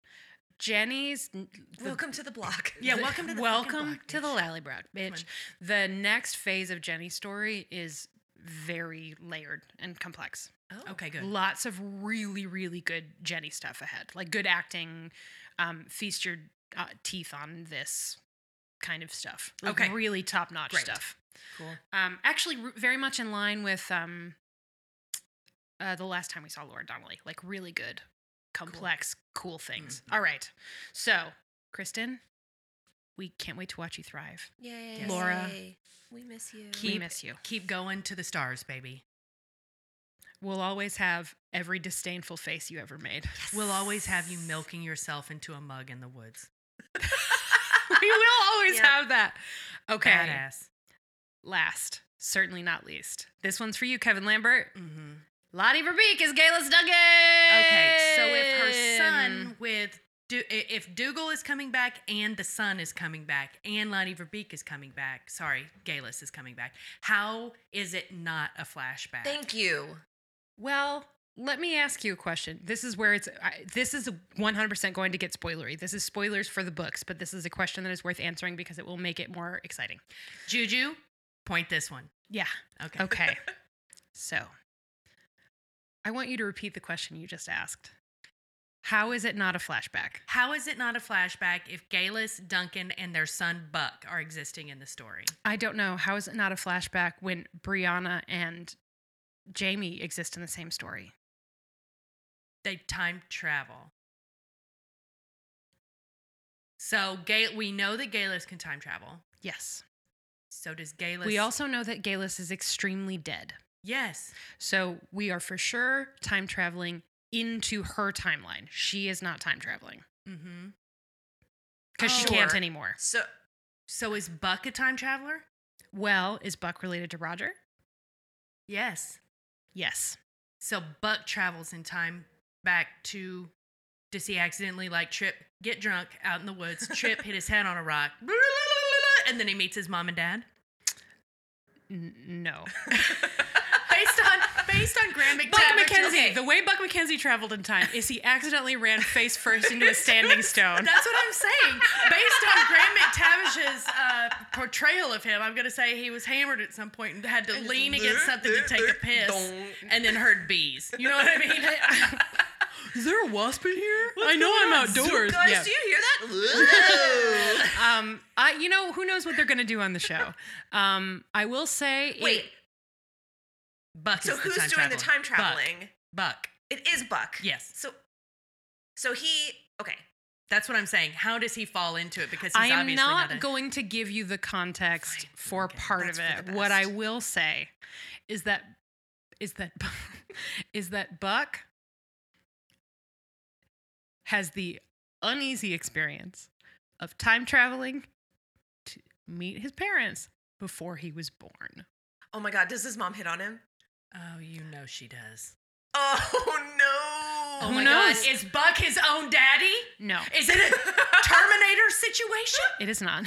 A: Jenny's the
C: Welcome to the block.
B: Yeah, welcome to the
A: welcome
B: fucking block,
A: to the Lallybrock, bitch. The next phase of Jenny's story is very layered and complex.
C: Oh.
B: Okay, good.
A: Lots of really, really good Jenny stuff ahead, like good acting. Um, feast your uh, teeth on this kind of stuff. Like
B: Okay.
A: really top notch
B: Great.
A: stuff.
B: Cool.
A: Um, actually, r- very much in line with um, uh, the last time we saw Laura Donnelly. Like really good, complex, cool, things.
B: Mm-hmm.
A: All right, so Kristen, we can't wait to watch you thrive.
C: Yay.
A: Laura.
C: We miss you.
A: we
B: Keep-
A: miss you.
B: Keep going to the stars, baby.
A: We'll always have every disdainful face you ever made.
B: We'll always have you milking yourself into a mug in the woods.
A: we will always
C: Yep.
A: have that. Okay.
B: Badass.
A: Last, certainly not least, this one's for you, Kevin Lambert.
B: Mm-hmm.
A: Lottie Verbeek is Galas Duggan.
B: Okay, so if her son with Du- i- if Dougal is coming back and the son is coming back and Lottie Verbeek is coming back, sorry, Galus is coming back. How is it not a flashback?
C: Thank you.
A: Well, let me ask you a question. This is where it's I, this is 100% going to get spoilery. This is spoilers for the books, but this is a question that is worth answering because it will make it more exciting.
B: Juju, point this one.
A: Yeah.
B: Okay.
A: Okay. so, I want you to repeat the question you just asked. How is it not a flashback?
B: How is it not a flashback if Galus, Duncan, and their son Buck are existing in the story?
A: I don't know. How is it not a flashback when Brianna and Jamie exist in the same story?
B: They time travel. So Gal- we know that Galus can time travel.
A: Yes.
B: So does Galus.
A: We also know that Galus is extremely dead.
B: yes.
A: So we are for sure time traveling into her timeline. She is not time traveling
B: Mm-hmm.
A: because she
C: Sure.
A: can't anymore.
C: So
B: So is Buck a time traveler?
A: Well, is Buck related to Roger?
B: Yes.
A: Yes.
B: So Buck travels in time back to does he accidentally like trip, get drunk out in the woods, trip, hit his head on a rock, and then he meets his mom and dad.
A: N- no.
B: Based on based on Graham
A: Buck
B: McTavish.
A: McKenzie.
C: okay.
A: The way Buck McKenzie traveled in time is he accidentally ran face first into a standing stone.
B: That's what I'm saying. Based on Graham McTavish's uh, portrayal of him, I'm gonna say he was hammered at some point and had to lean against something to take a piss, and then heard bees. You know what I mean?
A: Is there a wasp in here?
B: I know going I'm on? outdoors.
C: guys, do you hear that?
A: Um, I, you know, who knows what they're gonna do on the show. Um, I will say, it-
C: Wait,
B: Buck.
C: so
B: is
C: who's
B: the time
C: doing the
B: traveler.
C: time traveling?
B: Buck. Buck.
C: It is Buck.
B: Yes.
C: So so he okay.
B: That's what I'm saying. How does he fall into it? Because he's
A: I am
B: obviously
A: not
B: not a-
A: going to give you the context
B: Fine.
A: for
B: Okay.
A: part
C: That's
A: of
C: for the
A: it. What I
C: best.
A: will say is that is that is that Buck has the uneasy experience of time traveling to meet his parents before he was born.
C: Oh my god, does his mom hit on him?
B: Oh, you know she does.
C: Oh no.
B: Oh
A: Who
B: my
A: knows?
B: God! Is Buck his own daddy?
A: No,
B: Is it a Terminator situation?
A: it is not.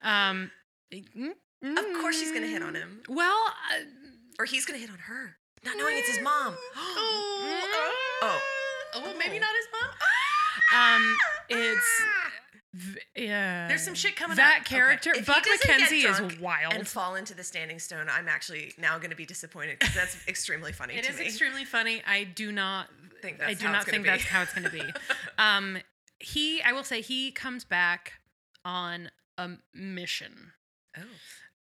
A: Um,
C: Of course she's gonna hit on him.
A: Well, uh,
C: Or he's gonna hit on her. Not knowing it's his mom.
A: mm,
B: oh,
C: Oh.
B: oh, maybe not his mom.
A: um, it's v- yeah.
B: There's some shit coming
A: that
B: up.
A: character,
C: If he
A: Buck
C: doesn't get
A: McKenzie,
C: drunk
A: is wild.
C: And fall into the standing stone. I'm actually now going to be disappointed because that's extremely funny
A: it
C: to
A: is
C: me.
A: extremely funny. I do not.
C: Think
A: I
C: that's
A: do
C: how
A: not
C: it's gonna
A: think
C: be.
A: that's how it's going to be. um, he, I will say, he comes back on a mission.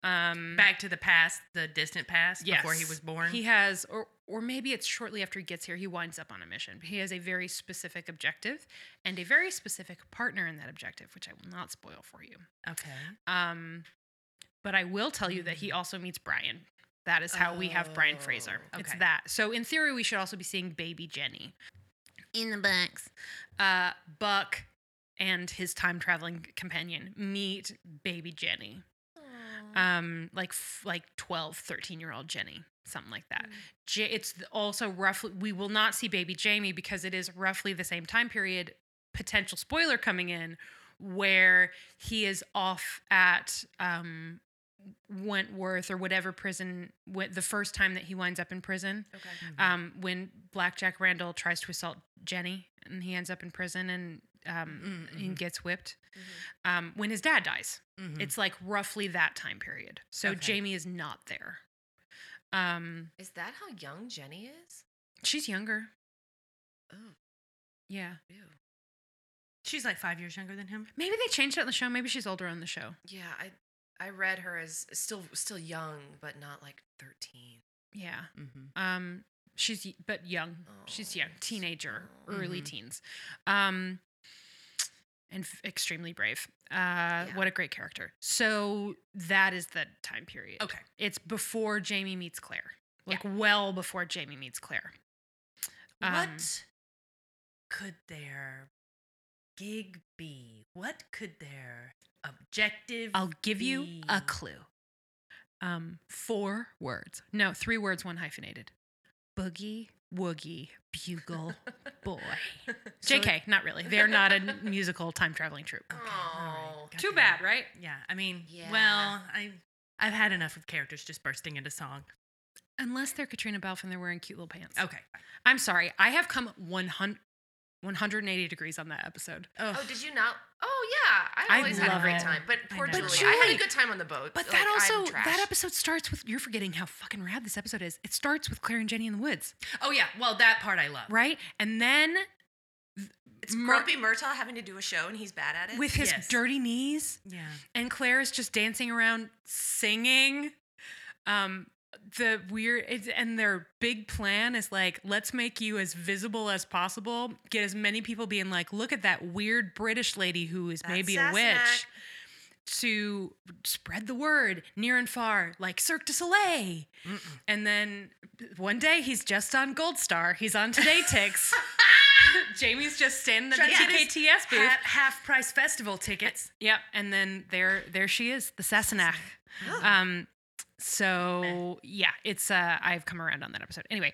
B: Oh.
A: Um,
B: Back to the past, the distant past,
A: yes.
B: before he was born.
A: He has, or or maybe it's shortly after he gets here. He winds up on a mission. But he has a very specific objective and a very specific partner in that objective, which I will not spoil for you.
B: okay.
A: Um, but I will tell you that he also meets Brian. That is how we have Brian Fraser.
B: Oh,
A: It's
B: okay.
A: that. So in theory, we should also be seeing Baby Jenny in the books. Uh, Buck and his time traveling companion meet Baby Jenny. Um, like f- like 12, 13 year old Jenny, something like that. J- it's also roughly we will not see Baby Jamie because it is roughly the same time period. Potential spoiler coming in where he is off at um, Wentworth or whatever prison, wh- the first time that he winds up in prison,
C: Okay.
A: um, when Blackjack Randall tries to assault Jenny and he ends up in prison and um,
B: Mm,
A: and gets whipped.
C: Mm-hmm.
A: Um, when his dad dies,
B: Mm-hmm.
A: it's like roughly that time period. So
B: Okay.
A: Jamie is not there. Um,
C: Is that how young Jenny is?
A: she's younger.
C: Oh,
A: Yeah,
C: ew.
B: She's like five years younger than him.
A: maybe they changed it on the show. Maybe she's older on the show.
C: Yeah, I I read her as still still young, but not like 13.
A: Yeah.
B: Mm-hmm.
A: Um, she's y- but young. She's
C: Oh,
A: young, teenager,
C: so-
A: early
B: Mhm.
A: teens, um, and f- extremely brave. Uh, What a great character. So that is the time period.
B: Okay.
A: It's before Jamie meets Claire,
B: Oh. Yeah.
A: like well before Jamie meets Claire. Um,
B: what could their gig be? What could their objective? Oh,
A: I'll give you a
B: be?
A: clue. um, four words. No, three words, one hyphenated. Boogie, woogie, bugle, boy.
B: So it-
A: JK, not really. They're not a musical time traveling troupe.
B: Okay, all
C: Aw.
B: right.
A: Oh, Too
B: Goddamn.
A: bad, right?
B: Yeah, I mean,
C: Yeah.
B: well, I I've had enough of characters just bursting into song.
A: Unless they're Katrina Balfe and they're wearing cute little pants.
B: Okay.
A: I'm sorry. I have come 100, 180 degrees on that episode.
B: Oh,
C: Oh, did you not? Oh yeah,
A: I
C: I always had a
A: love
C: great
A: it.
C: time. But
B: I
C: poor
B: know.
C: Julie,
B: But
C: I had
A: Julie-
C: a good time on the boat.
A: But
C: Like,
A: that
C: I'm
A: also,
C: trash.
A: that episode starts with, you're forgetting how fucking rad this episode is. It starts with Claire and Jenny in the woods,
B: oh yeah. Well, that part I love.
A: right? And then
C: it's
A: Mur-
C: Grumpy Murtaugh having to do a show and he's bad at it.
A: with his
B: Yes.
A: dirty knees.
B: Yeah.
A: and Claire is just dancing around singing. Um, the weird it's, and their big plan is like, let's make you as visible as possible. Get as many people being like, look at that weird British lady who is
C: That's
A: maybe a
C: Sassenach.
A: witch. To spread the word near and far, like Cirque du Soleil.
B: Mm-mm.
A: And then one day he's just on Gold Star. He's on Today Ticks. Jamie's just standing at the
B: Trying to get his
A: TKTS booth.
B: Half, half price festival tickets.
A: Yep, and then there there she is, the Sassenach. Um
C: Ah.
A: so yeah, it's uh I've come around on that episode. Anyway,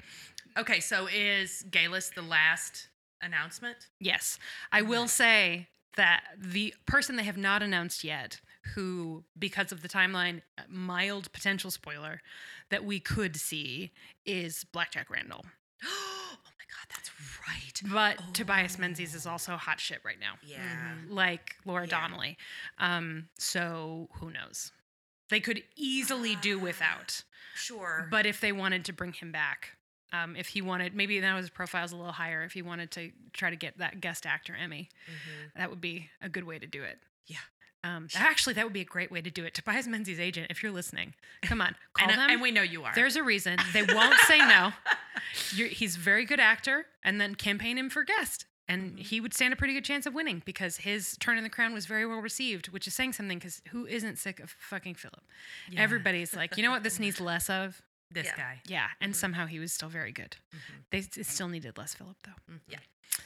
B: Okay, so is Galus the last announcement?
A: yes. I will say that the person they have not announced yet who because of the timeline uh, mild potential spoiler that we could see is Blackjack Randall.
C: oh my god, that's right.
A: But Tobias Menzies is also hot shit right now.
C: Yeah.
A: Like Laura
C: Yeah.
A: Donnelly. Um so who knows. They could easily do without.
C: Sure.
A: But if they wanted to bring him back, um, if he wanted, maybe now his profile's a little higher. If he wanted to try to get that guest actor Emmy,
C: Mhm.
A: that would be a good way to do it.
C: Yeah.
A: Um, that- actually, that would be a great way to do it. Tobias Menzies' agent, if you're listening, come on, call
B: And,
A: them.
B: and we know you are.
A: There's a reason they won't say no. You're, he's a very good actor, and then campaign him for guest,
B: Mm-hmm.
A: and he would stand a pretty good chance of winning because his turn in the crown was very well received, which is saying something. Because who isn't sick of fucking Philip?
B: Yeah,
A: Everybody's like, you know what? This needs less of.
B: this
C: Yeah.
B: guy.
A: Yeah, and
C: Mm-hmm.
A: somehow he was still very good. They s- still needed less Philip though.
B: Mhm.
C: Yeah.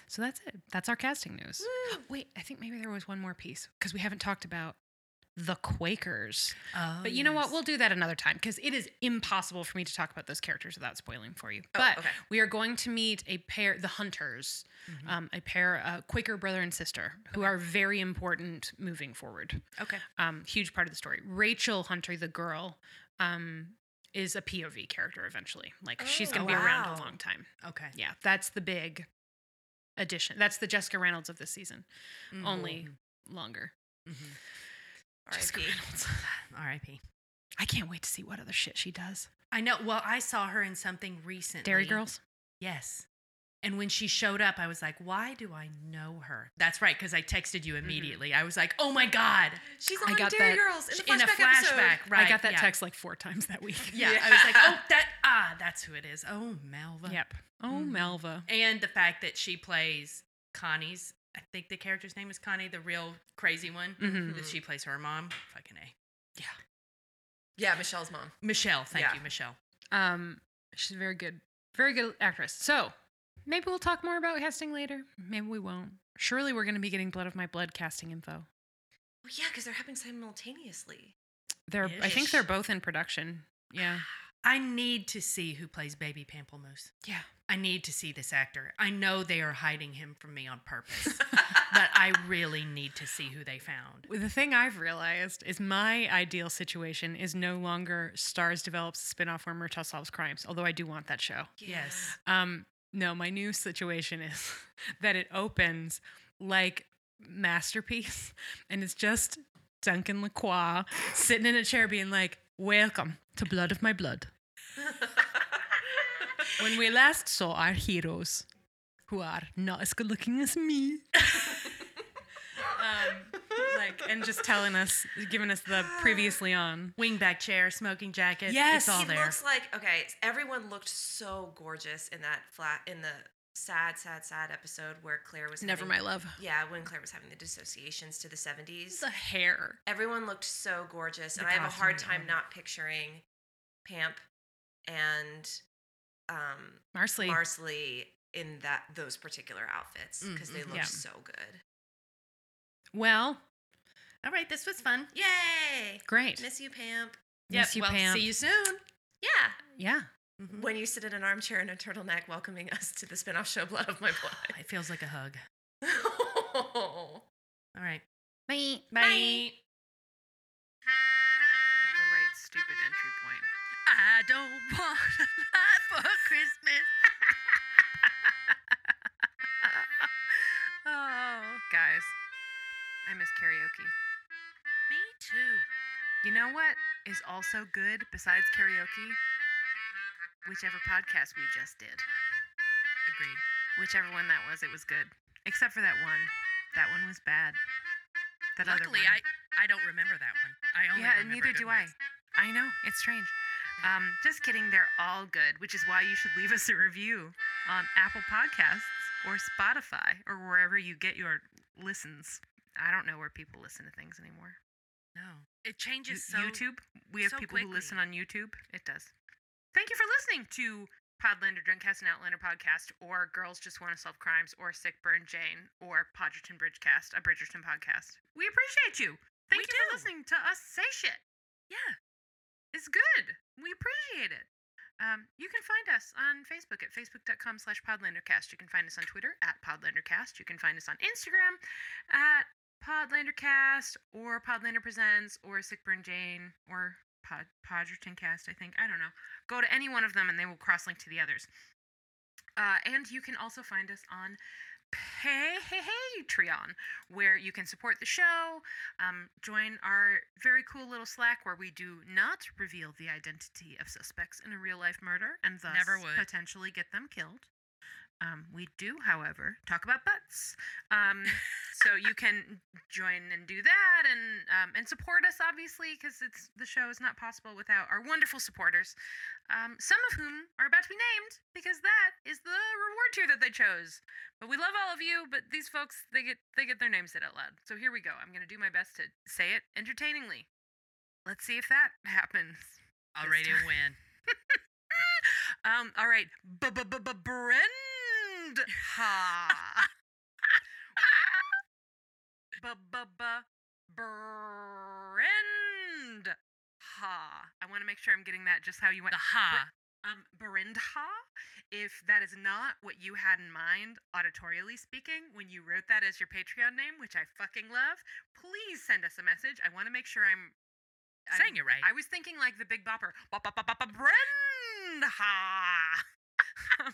A: So that's it. That's our casting news.
C: Mm.
A: Wait, I think maybe there was one more piece because we haven't talked about the Quakers.
B: Oh,
A: but you know what?
B: yes.
A: We'll do that another time because it is impossible for me to talk about those characters without spoiling for you.
C: Oh,
A: but
C: okay.
A: we are going to meet a pair, the Hunters,
C: Mm-hmm.
B: Mhm.
A: um, a pair, uh, Quaker brother and sister, who are very important moving forward
B: okay.
A: um, huge part of the story. Rachel Hunter, the girl, um, is a POV character eventually. Like she's
C: Oh,
A: gonna be around a
C: wow.
A: long time.
B: Okay.
A: Yeah, that's the big addition. That's the Jessica Reynolds of this season.
B: Mhm.
A: Only longer.
B: Mhm.
A: Jessica
C: R.I.P..
A: Reynolds.
B: R.I.P.
A: I can't wait to see what other shit she does.
B: I know. Well, I saw her in something recently.
A: Dairy Girls.
B: Yes. And when she showed up, I was like, why do I know her? That's right, because I texted
A: Mm-hmm.
B: you immediately. I was like, oh my God.
C: She's
A: I
C: on
A: got
C: Dairy
A: that
C: Girls in,
B: in
C: the
B: a
C: flashback
B: flashback,
C: episode.
B: right?
A: I got that
B: yeah.
A: text like four times that week.
B: Yeah. I was like, oh, that, ah, that's who it is. Oh, Melva.
A: Yep. Oh,
B: Mhm.
A: Melva.
B: And the fact that she plays Connie's, I think the character's name is Connie, the real crazy one.
A: Mhm.
B: That she plays her mom. Fucking A.
C: Yeah, Michelle's mom.
B: Michelle. Thank
C: Yeah.
B: you, Michelle.
A: Um, she's a very good, very good actress. So maybe we'll talk more about casting later. Maybe we won't. Surely we're going to be getting blood of my blood casting info.
C: Well, yeah, because they're happening simultaneously.
A: They're, I think
B: Ish.
A: they're both in production. Yeah.
B: I need to see who plays Baby Pamplemousse.
A: Yeah.
B: I need to see this actor. I know they are hiding him from me on purpose, but I really need to see who they found.
A: The thing I've realized is my ideal situation is no longer Stars develops a spinoff where Murtaugh solves crimes, although I do want that show.
B: Yes.
A: Um, no, my new situation is that it opens like masterpiece, and it's just Duncan Lacroix sitting in a chair, being like, "Welcome to Blood of My Blood." When we last saw our heroes, who are not as good-looking as me, um, like, and just telling us, giving us the previously on.
B: Wingback chair, smoking jacket.
A: Yes.
B: It's all
C: he
B: there.
C: looks like okay. Everyone looked so gorgeous in that flat in the sad, sad, sad episode where Claire was having-
A: love.
C: Yeah, when Claire was having the dissociations to the seventies,
A: The hair.
C: everyone looked so gorgeous,
B: The
C: and I have a hard
B: costume,
C: time
B: yeah.
C: not picturing Pamp and um,
A: Marsley.
C: Marsley in that those particular outfits because they
B: Mm, mm,
C: looked
A: yeah.
C: so good.
A: well,
B: all right, this was fun.
C: Yay!
A: great.
C: Miss you, Pamp.
B: Yep.
A: Miss you,
B: well,
A: Pam.
B: see you soon.
C: Yeah.
A: Yeah.
B: Mhm.
C: When you sit in an armchair in a turtleneck welcoming us to the spinoff show Blood of My Blood. Oh.
B: It feels like a hug. All right.
A: Bye.
B: Bye.
D: the right stupid entry point.
B: I don't want a lot for Christmas.
D: Oh, guys, I miss karaoke.
B: Me too.
D: You know what is also good besides karaoke? Whichever podcast we just did.
B: Agreed.
D: Whichever one that was, it was good. Except for that one. That one was bad. That
B: Luckily,
D: other one.
B: I I don't remember that one. I only
D: yeah,
B: remember
D: neither
B: good
D: do
B: ones.
D: I. I know it's strange. Um, just kidding. They're all good, which is why you should leave us a review on Apple Podcasts or Spotify or wherever you get your listens. I don't know where people listen to things anymore.
B: No, it changes so.
D: You- YouTube. We have
B: so
D: people who
B: quickly.
D: listen on YouTube. It does. Thank you for listening to Podlander Drunkcast and Outlander Podcast, or Girls Just Want to Solve Crimes, or Sick Burn Jane, or Podgerton Bridgecast, a Bridgerton podcast. We appreciate you. Thank
B: We
D: you for
B: do.
D: listening to us say shit.
B: Yeah.
D: It's good. We appreciate it. Um, you can find us on Facebook at facebook.com slash podlandercast. You can find us on Twitter at podlandercast. You can find us on Instagram at podlandercast or podlander presents or sickburn jane or pod podgertoncast, I think. I don't know. Go to any one of them and they will cross-link to the others. Uh, and you can also find us on Patreon, where you can support the show, um, join our very cool little Slack where we do not reveal the identity of suspects in a real life murder and thus
B: Never would.
D: potentially get them killed. Um, we do, however, talk about butts. Um, so you can join and do that and um, and support us obviously because it's the show is not possible without our wonderful supporters um, some of whom are about to be named because that is the reward tier that they chose but we love all of you but these folks they get they get their names said out loud so here we go i'm gonna do my best to say it entertainingly let's see if that happens
B: Already
D: time.
B: win.
D: um, all right. Brend ha. Brend ha. I want to make sure I'm getting that just how you went.
B: The ha.
D: Um, Berindha, if that is not what you had in mind, auditorially speaking, when you wrote that as your Patreon name, which I fucking love, please send us a message. I want to make sure I'm, I'm
B: Saying it right.
D: I was thinking like the Big Bopper. Brenda. And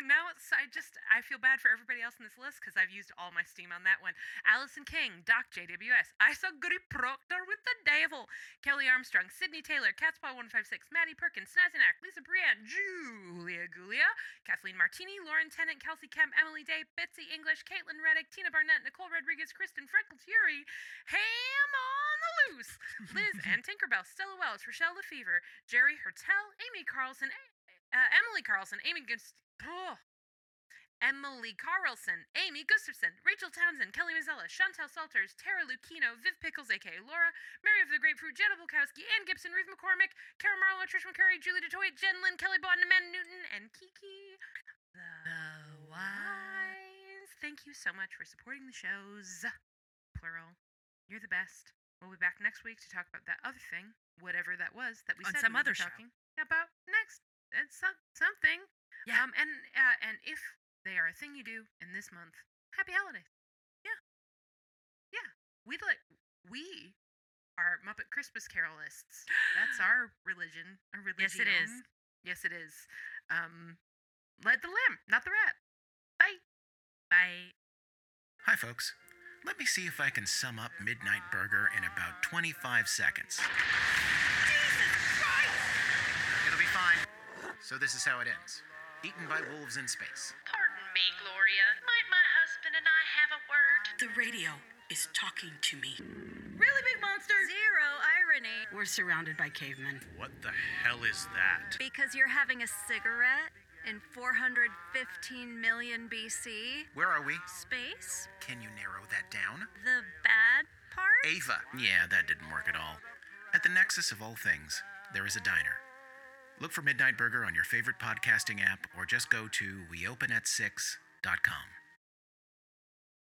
D: Um, now it's, I just I feel bad for everybody else in this list because I've used all my steam on that one. Allison King, Doc JWS, I saw Goody Proctor with the Devil, Kelly Armstrong, Sydney Taylor, Catspaw156, Maddie Perkins, Snazinak, Lisa Brianne, Julia Gulia, Kathleen Martini, Lauren Tennant, Kelsey Kemp, Emily Day, Betsy English, Caitlin Reddick, Tina Barnett, Nicole Rodriguez, Kristen Freckles, Yuri, Ham on the Loose, Liz and Tinkerbell, Stella Wells, Rochelle Lefevre, Jerry Hertel, Amy Carlson, A- uh, Emily Carlson, Amy Gust- Ugh. Emily Carlson, Amy Gustafson, Rachel Townsend, Kelly Mazzella, Chantel Salters, Tara Lucchino, Viv Pickles, aka Laura, Mary of the Grapefruit, Jenna Bulkowski, Ann Gibson, Ruth McCormick, Kara Marlowe, Trish McCurry, Julie DeToy, Jen Lynn, Kelly Bond, Amanda Newton, and Kiki. The,
B: The
D: Wise. Thank you so much for supporting the shows. Plural. You're the best. We'll be back next week to talk about that other thing, whatever that was that we
B: On
D: said
B: some
D: we
B: other
D: were
B: show.
D: talking about next. It's some, something.
B: Yeah.
D: Um, and uh, and if they are a thing you do in this month, happy holidays. Yeah. Yeah. We like we are Muppet Christmas Carolists. That's our religion. A religion.
B: Yes, it is.
D: Yes, it is. Um, let the lamb, not the rat. Bye. Bye.
E: Hi, folks. Let me see if I can sum up Midnight Burger in about 25 seconds. It'll be fine. So, this is how it ends Eaten by wolves in space.
F: Pardon me, Gloria. Might my husband and I have a word?
G: The radio is talking to me.
F: Really big monster. Zero irony.
G: We're surrounded by cavemen.
H: What the hell is that?
F: Because you're having a cigarette in 415 million BC.
E: Where are we?
F: Space?
E: Can you narrow that down?
F: The bad part?
E: Ava. Yeah, that didn't work at all. At the nexus of all things, there is a diner. Look for Midnight Burger on your favorite podcasting app or just go to weopenat6.com.